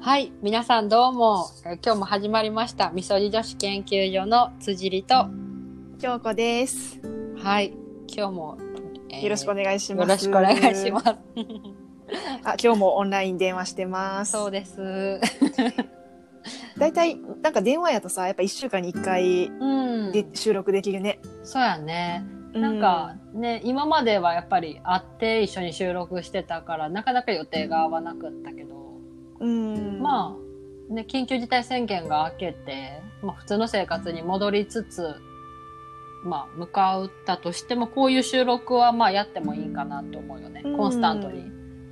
はい、皆さんどうも。えー今日も始まりました。みそじ女子研究所の辻里と、京子です。はい、今日も、えーよろしくお願いしよます。。ろしくお願いします。あ、今日もオンライン電話してますす。そうです。だいたいなんか電話やとさ、やっぱ一週間に一回うん。で収録できるね。そうやね。うなんか、ね、今まではやっぱり会って一緒に収録してたから、なかなか予定が合わなくったけど、うん、まあ、ね、緊急事態宣言が明けて、まあ、普通の生活に戻りつつ、まあ、向かったとしても、こういう収録はまあやってもいいかなと思うよね。うんコンスタントに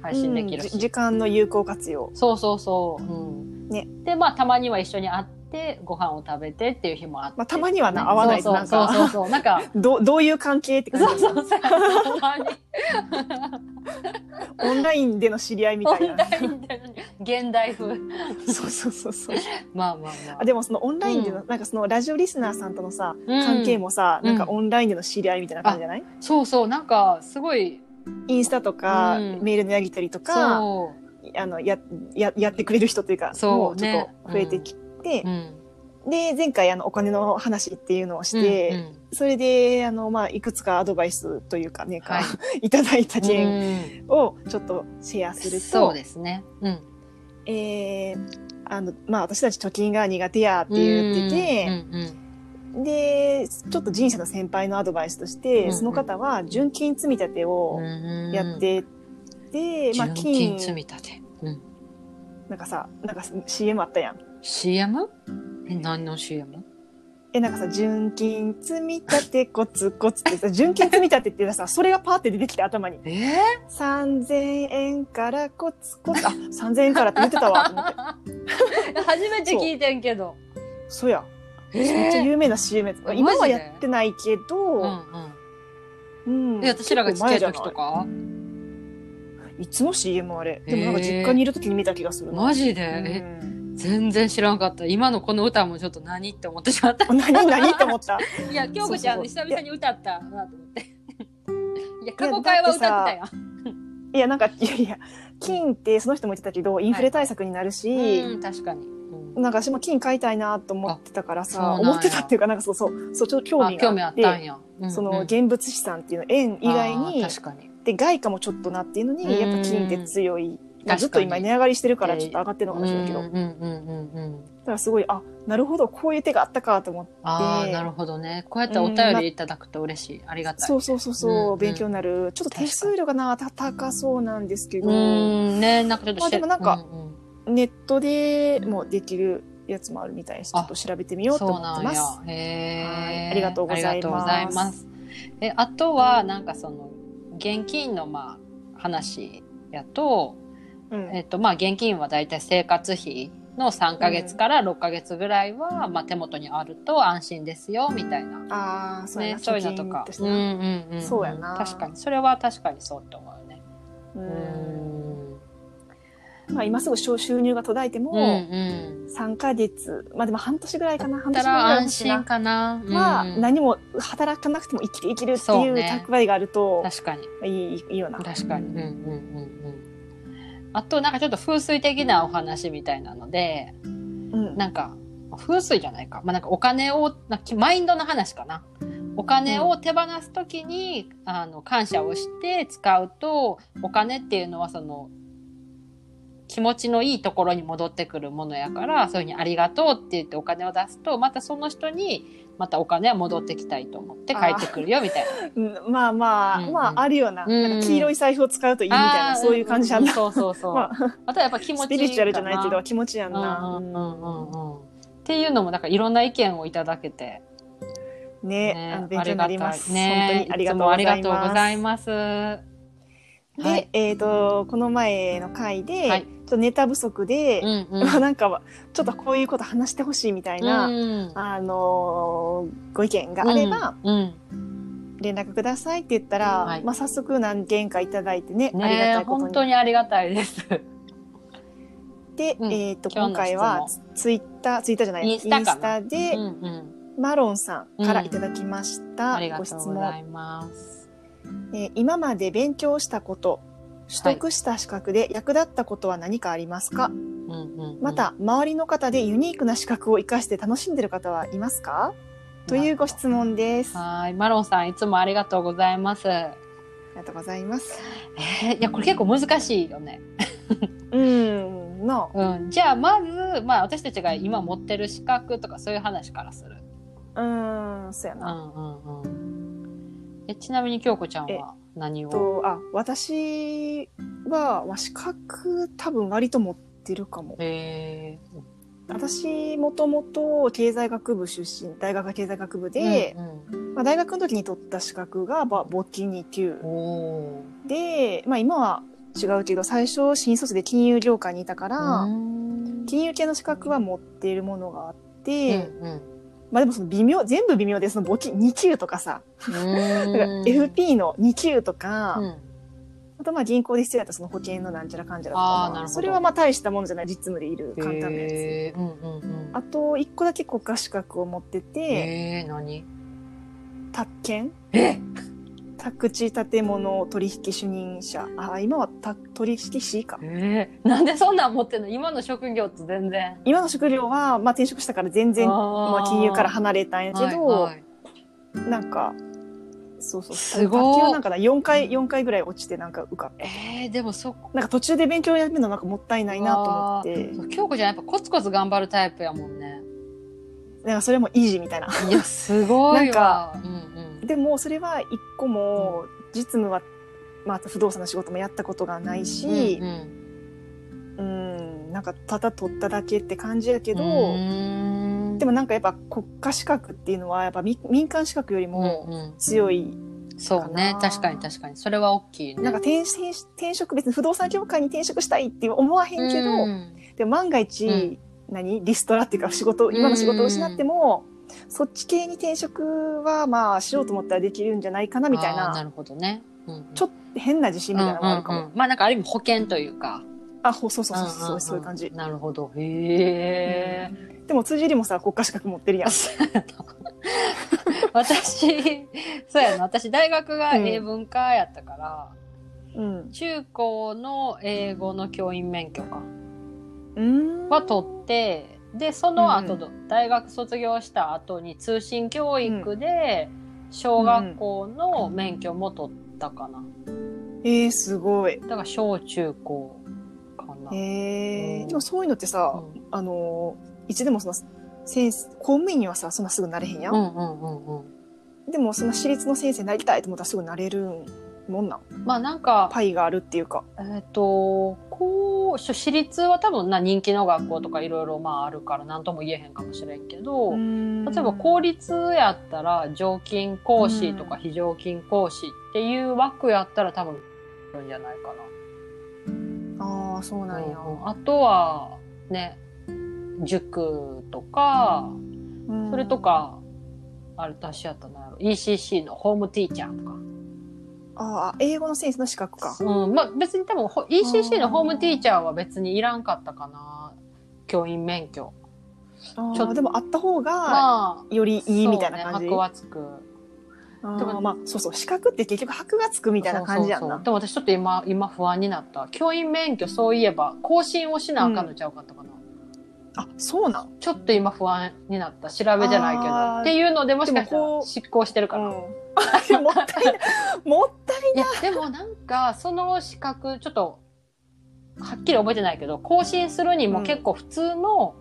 配信できるうんし。じ時間の有効活用。そうそうそう。うん。ねで、まあ、たまには一緒に会って、ご飯を食べてっていう日もあって。まあたまにはな会わないとなんかそうそうそうそう。なんか、どどういう関係って感じそうそうそう。 たまに。オンラインでの知り合いみオたいンな ラ。インで現代風。そうそうそうそう。まあまあまああ。でもそのオンラインでの、なんかそのラジオリスナーさんとのさ、うん関係もさ、うんなんかオンラインでの知り合いみたいな感じじゃない？そうそう。なんか、すごい、インスタとか、うんメールのやり取りとか。そう。あのやややってくれる人というかそうもうちょっと増えてきて、で前回あのお金の話っていうのをして、うんうんそれであの、まあ、いくつかアドバイスというかね、はいい、た だいた件うんをちょっとシェアするそうと、ですね。うん、えーあのまあ、私たち貯金が苦手やって言ってて、うんうんでちょっと人生の先輩のアドバイスとしうて、んその方は純金積み立てうをんやってて、まあ、純金金積み立て。うん、なんかさなんか CM あったやん。 CM? え何の CM? え、なんかさ、純金積み立てコツコツってさ、純金積み立てってさ、それがパーって出てきて頭に。えー、 3000円からコツコツ、あ、3000円からって言ってたわ、と思っ て。初めて聞いてんけど。そうや。えめっちゃー有名な CM やつマジで今はやってないけうど、んうん。うん、え私らがちっちゃい時と結構か前じゃない。いつも CM あれ。でもなんかへー実家にいる時に見た気がするな。マジで、うんえ全然知らんかった今のこの歌もちょっと何って思ってしまった何何って思った。 いや京子ちゃんそうそうそう久々に歌ったなと思っていや過去会は歌ってたやんいや、なんか、いやいや、金ってその人も言ってたけど、インフレ対策になるし、うん、確かに。うんなんか私も金買いたいなと思ってたからあさ、そうなんや思ってたっていうか、なんかそうそう、そうちょっと興あ味興味がああっって、たんや。うんそうんの現物資産っていうの、円以外にあー、確かに。で、外貨もちょっとなっていうのうんに、やっぱ金って強い。まあずっ確かとに今値上がりしてるからちょっと上がってるのかもしれないけど、うんうんうんうんうん。だからすごい、あ、なるほど、こういう手があったかと思って、ああ、でなるほどね。こうやってお便りいただくと嬉しい。ありがたい。そうそうそうそう、うんうん勉強になる。ちょっと手数料がな、た高そうなんですけうど、ーん、ね、なんかちょっとまあでもなんかうんうんネットでもできるやつもあるみたいし、ちょっと調べてみようとそ思うなってんやます。へはいえ。ありがとうございますありがとうございます。え、あとは、なんかその、現金の、まあ、話やと、うんえっとまあ、現金はだいたい生活費の3ヶ月から6ヶ月ぐらいは、まあ、手元にあると安心ですよみたいな、ああ、そうやねな、、そういうのと貯金かてしうなんうんうんそうやな確かにそれは確かにそうって思うよねううんんまあ、今すぐ収収入が途絶えてうんうも、ん3ヶ月、まあでも半年ぐらいかな、半だっ年ぐたららい安心かなは、うん何も働かなくても生きていけるってそいううね蓄えがあると、確かにいいいいよな。確かにうんうんうんうんあとなんかちょっと風水的なお話みたいなのでうんなんか風水じゃないか,、まあ、なんかお金をなんかマインドの話かなお金を手放す時に、あの感謝をして使うとお金っていうのはその気持ちのいいところに戻ってくるものやからそういうふうに「ありがとう」って言ってお金を出すとまたその人にまたお金は戻ってきたいと思って帰ってくるよみたい な。うんまあまあ、うんうんまああるよな。うんうんなんか黄色い財布を使うといいみたいあーな、そういう感じやうんんな。そうそうそう。まあ、あとはやっぱ気持ちスピリチュアルじゃないけど、気持ちやんなな。うんうんうんうんうん。っていうのもなんかいろんな意見をいただけて。ねねあの勉強になりまあす。がたいね本当にありがいつもありとうがごとうござざいいます。ます。で、はいえっ、と、この前の回で、はいちょっとネタ不足で、うんうんまあ なんかちょっとこういうこと話してほしいみたいな、うんあのーご意見があればうん連絡くださいって言ったら、はいまあ、早速何件かいただいてねうんありがねたいこ本と当に。にありがたいです。で、うんえー、と 今日の今回は質ツイッターツイッターじゃないインスタかなで、うんうん。マロンさんからいただきましあた、りがごと質うござ問、います。えー今まで勉強したこと取得した資格で役立ったことは何かありますか、うんまた周りの方でユニークな資格を生かして楽しんでる方はいますかというご質問です。あはいマロンさんいつもありがとうございますえりがとうございます。ーいやこれ結構難しいよねうん、の、うんじゃあまずまあ私たちが今持ってる資格とかそういう話からするうん、そうやうな。んうんうんえちなみに京子ちゃんは何をとあ私は、まあ、資格多分割と持ってるかも。へ私もともと経済学部出身大学は経済学部えで、うんまあ、大学の時に取った資格が、まあ、簿記2級うん、おで、まあ、今は違うけど最初新卒で金融業界にいたから、ーうん金融系の資格は持っているものがあっうて、んまあでもその微妙全部微妙でその簿記2級とかさ、うんだから FP の2級とか、うんあとまあ銀行で必要だったその保険のなんちゃらかんちゃらとあーなるほかまどあそれはまあ大したものじゃない実務でいる簡単なやつ。へーうんうんうんあと1個だけ国家資格を持ってえて、ー、何宅建え宅地建物取引主任者あ今はた取引士かえー、なんでそんなん持ってんの今の職業と全然今の職業は、まあ、転職したから全然まあ、金融からけ離れたんやけど、はいはいなんかそうそうすごい卓球なんかな4回四回ぐらい落ちてなんか受かったえー、でもそっなんか途中で勉強やめるのなんかもったいないなと思ってそう京子ちゃんやっぱコツコツ頑張るタイプやもんねなんかそれも維持みたいないやすごいわなうんうんでもそれは一個も実務は、まあ、あと不動産の仕事もやったことがないしうんうんうんなんかただ取っただけって感じやけけど、もでもなんかやっぱ国家資格っていうのはやっぱ民民間資格よりもうん強い、うん、そうねかな確かに確かにそれは大きいねなんか転転転職別に不動産業界に転職したいって思わへんけど、うんでも万が一、うん何リストラっていうか仕事今の仕事を失っても、そっち系に転職はまあしようと思ったらできるんじゃないかなみたいあなーなるほどね、うん、ちょっと変な自信みたいなのもあるかも、うんうんうんまあなんかある意味保険というかあほそうそうそうそう,、んんんそういう感じなるほどへえ、でも辻りもさ国家資格持っ てるやん私そうやな私大学がうん英文科やったから、うん中高の英語の教員免許かうんは取ってでその後、大学卒業した後に通信教育で小学校の免許も取ったかな、えー、すごいだから小中高かな、えーうんでもそういうのってさ、うんあのーいつでもその先生公務員にはさそんなすぐなれへんや、うんんうんうんうんでもその私立の先生になりたいと思ったらすぐなれるもんなんまあなんかパイがあるっていうかえっ、とこうしょ私立は多分な人気の学校とかいろいろまああるから何とも言えへんかもしれんけど、例例えば公立やったら常勤講師とか非常勤講師っていう枠やったら多分あるんじゃないかああそうな。なんや、うんあとはね塾とか、それとかあれ私やったな ECC のホームティーチャーとか。ああ英語の先生の資格かうん、まあ別に多分ほ ECC のホームティーチャーは別にいらんかったかな教員免許。ちょっちょっととでもあった方がまあよりいいみたいな感じ、そうね箔はつくあでもーまあそうそう資格って結局箔がつくみたいな感じやんそうそうなそうでも私ちょっと今今不安になった教員免許そういえば更新をしなあかんのちゃうかったかな、あそうなんちょっと今不安になった調べじゃないけあどーっていうのでもしかしたでもこらう執行してるから、ういんあ でももったい ないもったいやでもなんかその資格ちょっとはっきり覚えてないけど更新するにも結構普通の、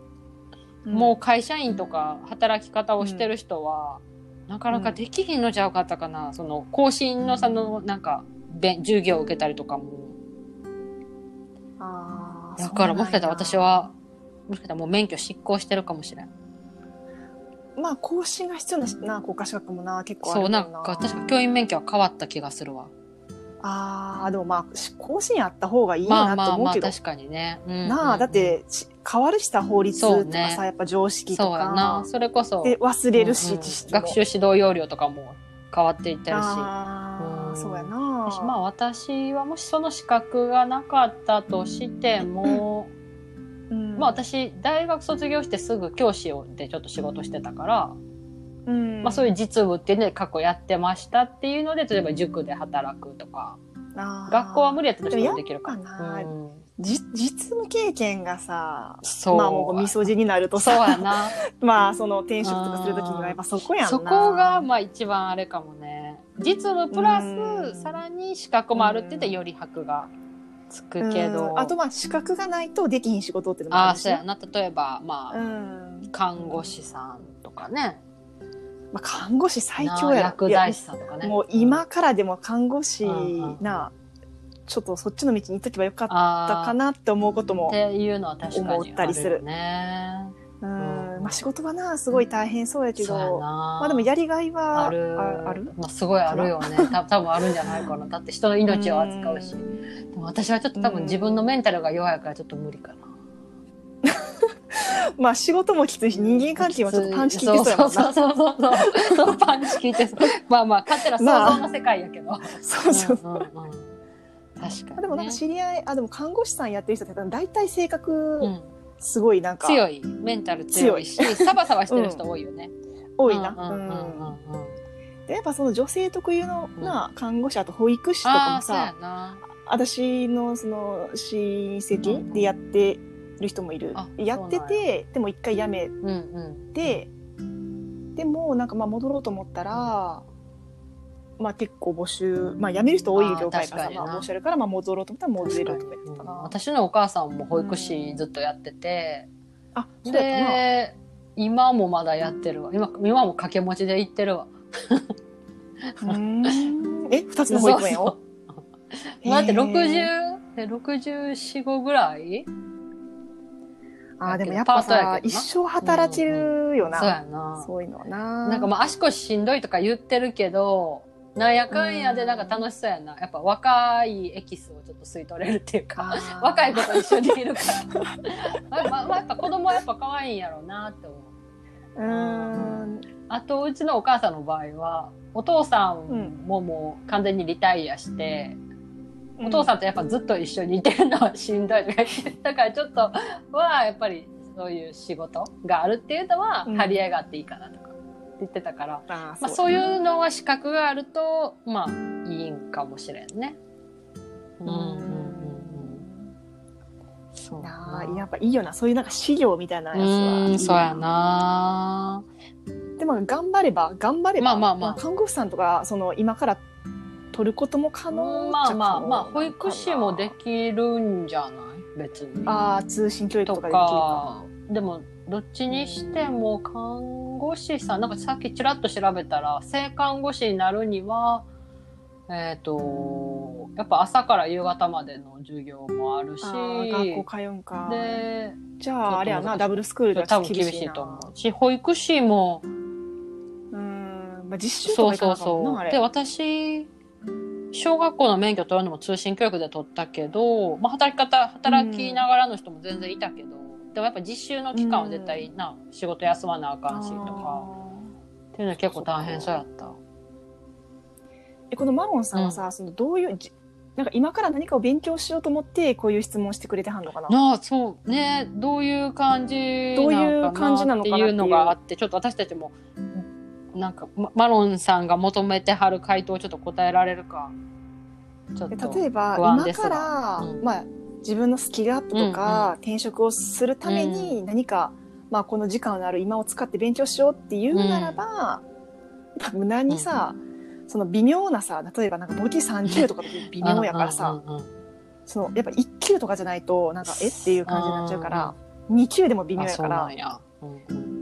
ないもう会社員とか働き方をしてる人は、なかなかできひんのちゃうかったかな、その更新のそのなんか勉授業を受けたりとかも。あーだからそうなんやもしかしたら私はもしかしたらもう免許失効してるかもしれんまあ更新が必要なしな国家資格もな結構あそるうもなんか確か教員免許は変わった気がするわああでもまあし更新あった方がいいよまあなまとあ思まうあけど、確かにね、うんうんうんなあだってし変わるした法律とかそうさ、ねやっぱ常識とそうやなかそれこそで忘れるし、うんうん知識も学習指導要領とかも変わっていってるしうあんーそうやな私まあ私はもしその資格がなかったとしても、うんまあ私大学卒業してすぐ教師をでちょっと仕事してたから、うんまあそういう実務っていうので過去やってましたっていうので例えば塾で働くとか学校は無理やったとしてでももできるからやっぱなうんじ実務経験がさそう、まあもうみそじになるとそうやさなまあその転職とかするときにはやっぱそこやんなそこがまあ一番あれかもね実務プラうんスさらに資格もあるって言ってより箔がつくけうどんあとまあ資格がないとできひん仕事ってのもあああるしそうね、やな例えばまあうん看護師さんとかねまあ、看護師最な強やろ薬いや剤師さんとかねもう今からでも看護師うんうんなちょっとそっちの道に行っとけばよかっあたーかなって思うことっも、ていうのは確か思にっあたるりするよね。うんんまあ、仕事はなすごい大変そうやけそうやどな。まあ、でもやりがいはあるああるまあ、すごいあるよね。た 多分あるんじゃないかな。だって人の命を扱うし。うでも私はちょっと多分自分のメンタルが弱いからちょっと無理かな。まあ仕事もきついし人間関係もちょっとパンチ効いてそうやもんそなうそうそうそう。そうパンチ効いてそう。まあまあ、勝手な想像の世界やけど。そう そううんうんうん確かに、ね。でもなんか知り合いあでも看護師さんやってる人って大体性格うん、すごいなんか強い。メンタル強いし、サバサバしてる人多いよね。多いな、うんうんううんんうんうん。でやっぱその女性特有のうんな看護師あと保育士とかああもー、そうやさな。私のその親うんうん戚でやってる人もいるあやってそうてでも一回やめうんうん。てでもなんかまあ戻ろうと思ったらまあ結構募集まあ辞める人多いあ業界がー確かさになまあ募集あるからまあ戻ろうと思ったら戻確れかるにとか言ってたうんな私のお母さんも保育士ずっとやってて、あそうやったなで今もまだやってるわ今今も掛け持ちで行ってるわうーんえ二つの保育園そうをそうだってへー6064ぐらいあーでもやっパぱートやけどなさ一生働けるよそうなやなそういうのはななんかまあ足腰しんどいとか言ってるけどなんやかんやでなんか楽しそうやなやっぱ若いエキスをちょっと吸い取れるっていうかあー若い子と一緒にいるから まあまあやっぱ子供はやっぱ可愛いんやろうなって思ううーんあとうちのお母さんの場合はお父さんももう完全にリタイアして、お父さんとやっぱずっと一緒にいてるのはしん どいとか言ってだからちょっとはやっぱりそういう仕事があるっていうのはうん張り合いがあっていいかなとか言ってたから、あーまあ、そういうのは資格があるとまあいいんかもしれんね。ううんんうんうんうんそうやななあやっぱいいよなそういうなんか資料みたいなやつはうんそうやなでも頑張れば頑張れば、まあまあまあ看護師さんとかその今から取ることも可能っちゃまあ可能まあまあ保育士もできるんじゃない別に。あー通信教育ととかできるかかでもどっちにしても看護師さんなんかさっきちらっと調べたら正看護師になるにはえっ、とやっぱ朝から夕方までの授業もあるしあー学校通うんかでじゃああれやちょっと難しないダブルスクールではちょ多っと分厳厳ししいいなと思うし保育士もうん、まあ、実習とそかういかそなうあかんもんなあそう。れで、私、小学校の免許取るのも通信教育で取ったけど、まあ、働き方、働きながらの人も全然いたけど、でもやっぱ実習の期間は絶対な、仕事休まなあかんしとか、っていうのは結構大変そうやった。あーえこのマロンさんはさ、そのどういうじなんか今から何かを勉強しようと思ってこういう質問してくれてはんのかななあ、そう、ね、どういう感じどういう感じなっのてかなっていいううのがあって、ちょっと私たちも、なんか、まマロンさんが求めてはる回答をちょっと答えられるか。ちょっでと。例えば不安今ですかがら、うんまあ、自分のスキルアップとか、転職をするために何か、まあ、この時間のある今を使って勉強しようっていうならば、やっぱ無難にさ、その微妙なさ例えばなんか簿記3級とかって微妙やからさ、うんうんうんうんそのやっぱ1級とかじゃないとなんかえっていう感じになっちゃうから、2級でも微妙あやそかうならんや、うんう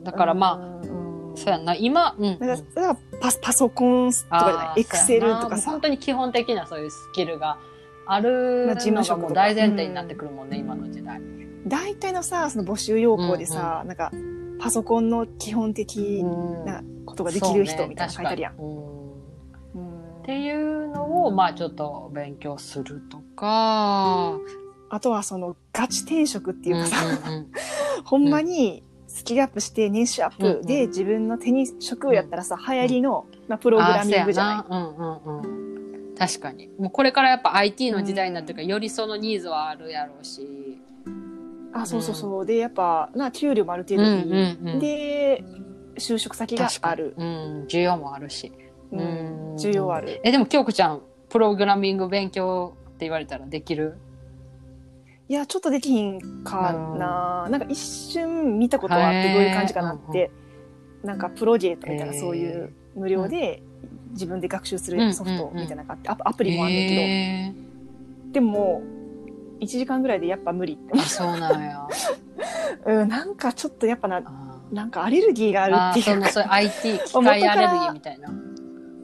んだからまあ、あ、うんそうやんな今、うんだからだからパスパソコンとかじゃないエクセルとかさ本当に基本的なそういうスキルがあるまあ事務の職がもとかう大前提になってくるもんね、今の時代大体のさその募集要項でさ、なんかパソコンの基本的なことができる人みたいなの書いてあるやん。そうね確かにうんうんっていうのをまあちょっと勉強するとか、あとはそのガチ転職っていうかさ、うんうん うんほんまにスキルアップして年収アップで自分の手に職をやったらさ、流行りの、まあ、プログラミングじゃないあーそうやなうんうんうん確かにもうこれからやっぱ IT の時代になってるから、よりそのニーズはあるやろうしあそうそうそうでやっぱな給料もある程度いい、うんうんうんで就職先がある確かにうん、需要もあるし、ううんん需要あるえでも京子ちゃんプログラミング勉強って言われたらできるいやちょっとできひんかな、なんか一瞬見たことはあってどういう感じかなって、なんかプロジェクトみたいなへーそういう無料で自分で学習するソフトみたいなのがあって、アプアプリもあんねんけど、へーでも1時間ぐらいでやっぱ無理ってあそうなん や。うん、なんかちょっとやっぱな、あーなんかアレルギーがああるー、っていそうの か、そういう IT 機械アレルギーみたいな。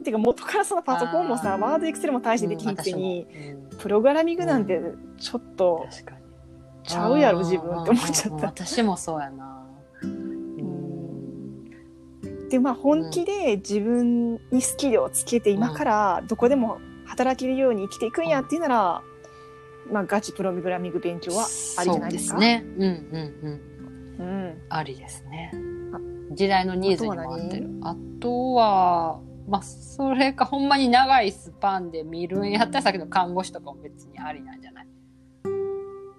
てか元からそのパソコンもあさ、ーワードエクセルも大してできひんくせに、うん、私もプログラミングなんてちょっうんと確かに。ちゃうやろあー自分って思っちゃうんっうんた。私もそうやな。うんんで、まあ本気で自分にスキルをつけて今からどこでも働けるように生きていくんやっていうなら、まあガチプログラミング勉強はありじゃないですそか。うですね。うんうんうん。うん。ありですねあ。時代のニーズにも合ってる。あとは、まあ、それか、ほんまに長いスパンで見るんやったら、さっきの看護師とかも別にありなんじゃない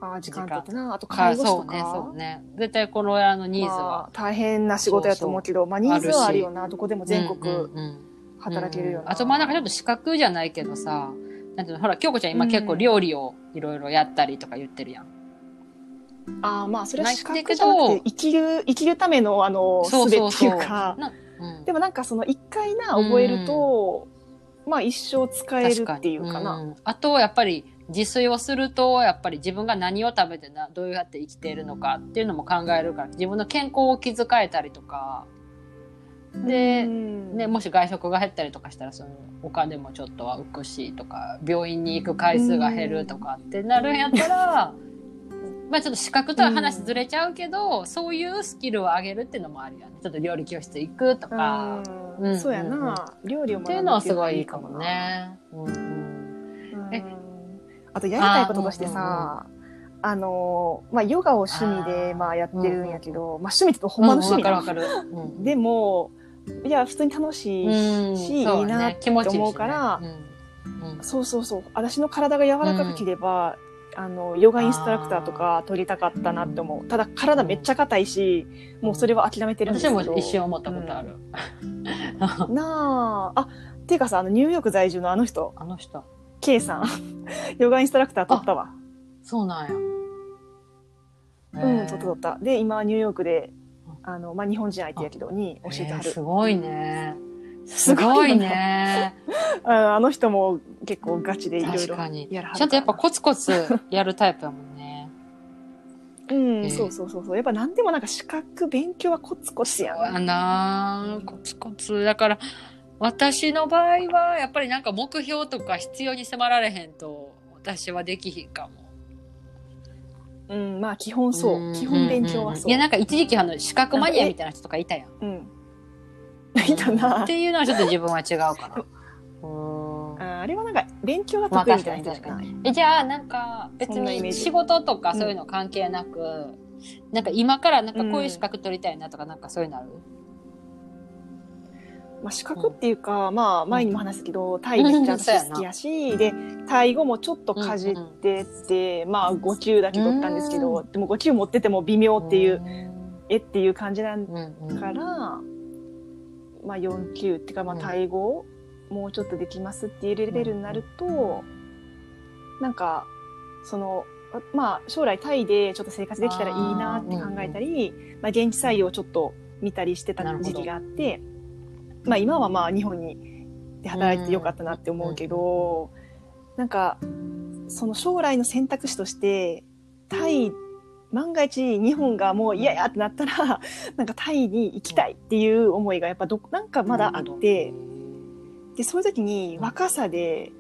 ああ、時間経ってな。あとか介護士とそうか。ね、そうね。絶対この親のニーズはまあ大変な仕事やと思うけど、まあニーズはあるよな。どこでも全うん国うんうん働けるよな。うんあと、まあなんかちょっと資格じゃないけどさ、なんていうの、ほら、京子ちゃん今結構料理をいろいろやったりとか言ってるやん。ああまあそれはない資格じゃなけくてど生きる生きるためのあの術っていうかなうんでもなんかその一回な覚えると、まあ一生使えるっていうかなうんあとやっぱり自炊をするとやっぱり自分が何を食べてなどうやって生きているのかっていうのも考えるから自分の健康を気遣えたりとかで、うんね、もし外食が減ったりとかしたらそのお金もちょっとは浮くしとか病院に行く回数が減るとかってなるんやった ら、まあちょっと資格とは話ずれちゃうけど、そういうスキルを上げるっていうのもあるよねちょっと料理教室行くとか。うんうんそうやな、料理をっ学ぶていうのはすごいいいかもね。っていうのはいいえかもな。うんあとやりたいこととしてさあのまあヨガを趣味であーまあやってるんやけど、まあ趣味って言うとほんまの趣味うんなわかるわかる。うんでもいや普通に楽しいうんし、そういいねなって気持ちいいしね思うからうんうんそうそうそう私の体が柔らかくければ、あのヨガインストラクターとか取りたかったなって思うただ体めっちゃ硬いし、もうそれは諦めてるんです私けども一瞬思ったことある。なああっていうかさあのニューヨーク在住のあの人あの人、 K さん ヨガインストラクター取ったわそうなんや。うへんー取った取ったで今ニューヨークであの、まあ、日本人相手やけどに教えてはへるーすごいね。すすごごいいね。ああの人も結構ガチでいろい確ろかに。やらはるからちゃんとやっぱコツコツやるタイプやもんね。うん、うんそうそうそうそうやっぱ何でもなんか資格勉強はコツコツやなあなーコツコツだから私の場合はやっぱりなんか目標とか必要に迫られへんと私はできひんかも。うん、まあ基本そう、基本勉強はそう。いやなんか一時期あの資格マニアみたいな人とかいたやん。うん。いた なっ。ていうのはちょっと自分は違うかな。うんあーあれはなんか勉強が得意みたいまなあ確人じかゃない。えじゃあなんか別そんなイメーにジ仕事とかそういうの関係なく、なんか今からなんかこういう資格取りたいなとかなんかそういうのある、まあ資格っていうか、まあ前にも話したけど、タイめっちゃ私好きやし、で、タイ語もちょっとかじってて、まあ5級だけ取ったんですけど、でも5級持ってても微妙っていう、えっていう感じなんうかん。うんうんら、まあ4級っていうか、まあうんタイ語もうちょっとできますっていうレベルになると、なんか、その、まあ将来タイでちょっと生活できたらいいなって考えたり、まあ現地採用をちょっと見たりしてたなるほど時期があって、まあ今はまあ日本にで働いてよかったなって思うけど、なんか、その将来の選択肢として、タイ、万が一日本がもう嫌やってなったら、なんかタイに行きたいっていう思いがやっぱど、なんかまだあって、で、そういう時に若さで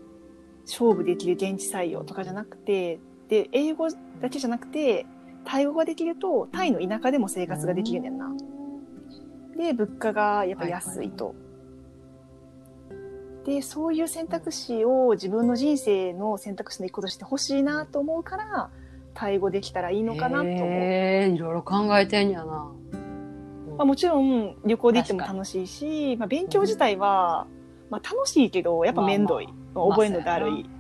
勝負できる現地採用とかじゃなくて、で、英語だけじゃなくて、タイ語ができると、タイの田舎でも生活ができるねんな。で、物価がやっぱ安いと。で、そういう選択肢を自分の人生の選択肢の一個として欲しいなと思うから、タイ語できたらいいのかなと思う。へーいろいろ考えてんやな。まあ、もちろん旅行で行っても楽しいし、まあ、勉強自体は、まあ、楽しいけど、やっぱ面倒い。あまあ覚えるのだるまあい。うん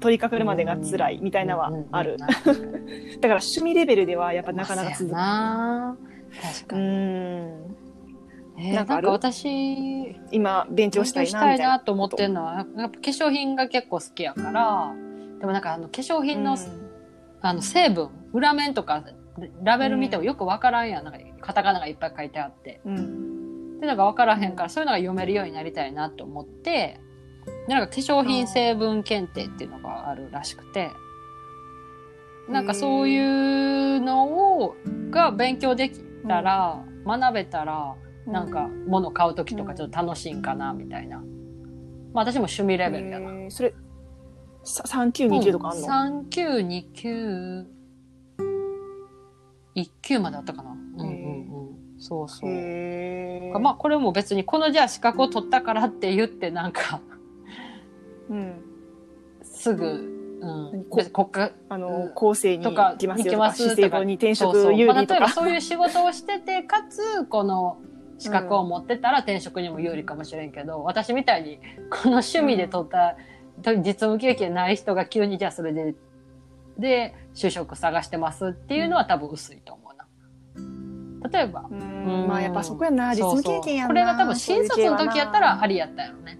取りかかるまでが辛いみたいなのはある。うんだうんから 趣味レベルではやっぱなかなか続く。まあそうやな確うかに。ん。へえーなんかなあんるか私今勉強したいなみた勉強したいいなな。と思ってるのはやっぱ化粧品が結構好きやからでもなんかあの化粧品の,、うんあの成分裏面とかラベル見てもよくわからんやんなんかカタカナがいっぱい書いてあってうんでなんか分からへんからそういうのが読めるようになりたいなと思ってでなんか化粧品成分検定っていうのがあるらしくてなんかそういうのをが勉強できたら、学べたらなんか物買う時とかちょっと楽しいんかなみたいな、まあ私も趣味レベルやな、えーそれさ3920とかあんの、 ?392919 まであったかな、うんうんうんそうそう、へーまあこれも別にこのじゃあ資格を取ったからって言ってなんかうん、すぐ、うん、こ別に国家あうのん後世にと行かきます行よきとまかすとか資生堂に転そうそ職う有まあ利と例えばかそういう仕事をしててかつこの資格を持ってたら転職にも有利かもしれんけど、私みたいにこの趣味で取った、実務経験ない人が急にじゃあそれでで就職探してますっていうのは多分薄いと思うな。例えばううんんまあやっぱそこやな実そう務そう経験やなこれが多分新卒の時やったらありりやったよね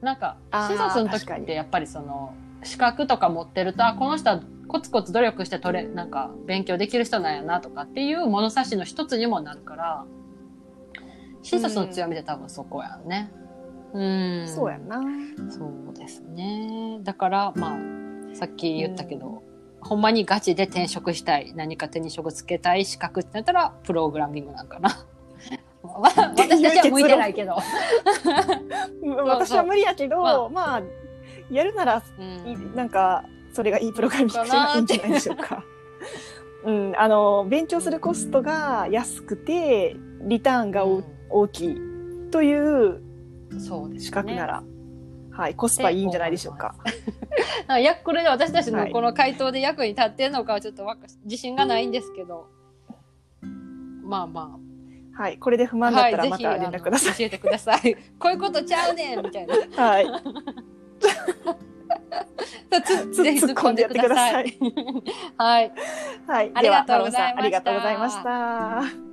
なんかあー新卒の確か時っにてやっぱりその資格とか持ってるとあこの人はコツコツ努力して取れなんか勉強できる人なんやなとかっていう物差しの一つにもなるから新卒の強みって多分そこやんねうんそうやなそうですねだからまあさっき言ったけど、ほんまにガチで転職したい何か手に職つけたい資格ってなったらプログラミングなんか なわ私たちは向いてないけど、うん私は無理やけどまあまあやるならうんいなんかそれがいいプログラミングがいいんじゃないでしょう か。うん、あの勉強するコストが安くてリターンがお大きいというそうですね資格なら、はい、コスパいいんじゃないでしょうか。なんかやこれで私たちはのいこの回答で役に立ってんのかはちょっとわか自信がないんですけどまあまはい、これで不あ、満だっはい、たらぜまひたあ連の絡くださ教えてくださいこういうことちゃうねんみ たいない。はい、つぜひ突っ込んでください はいはい、ありではがとうございました太郎さんありがとうございました。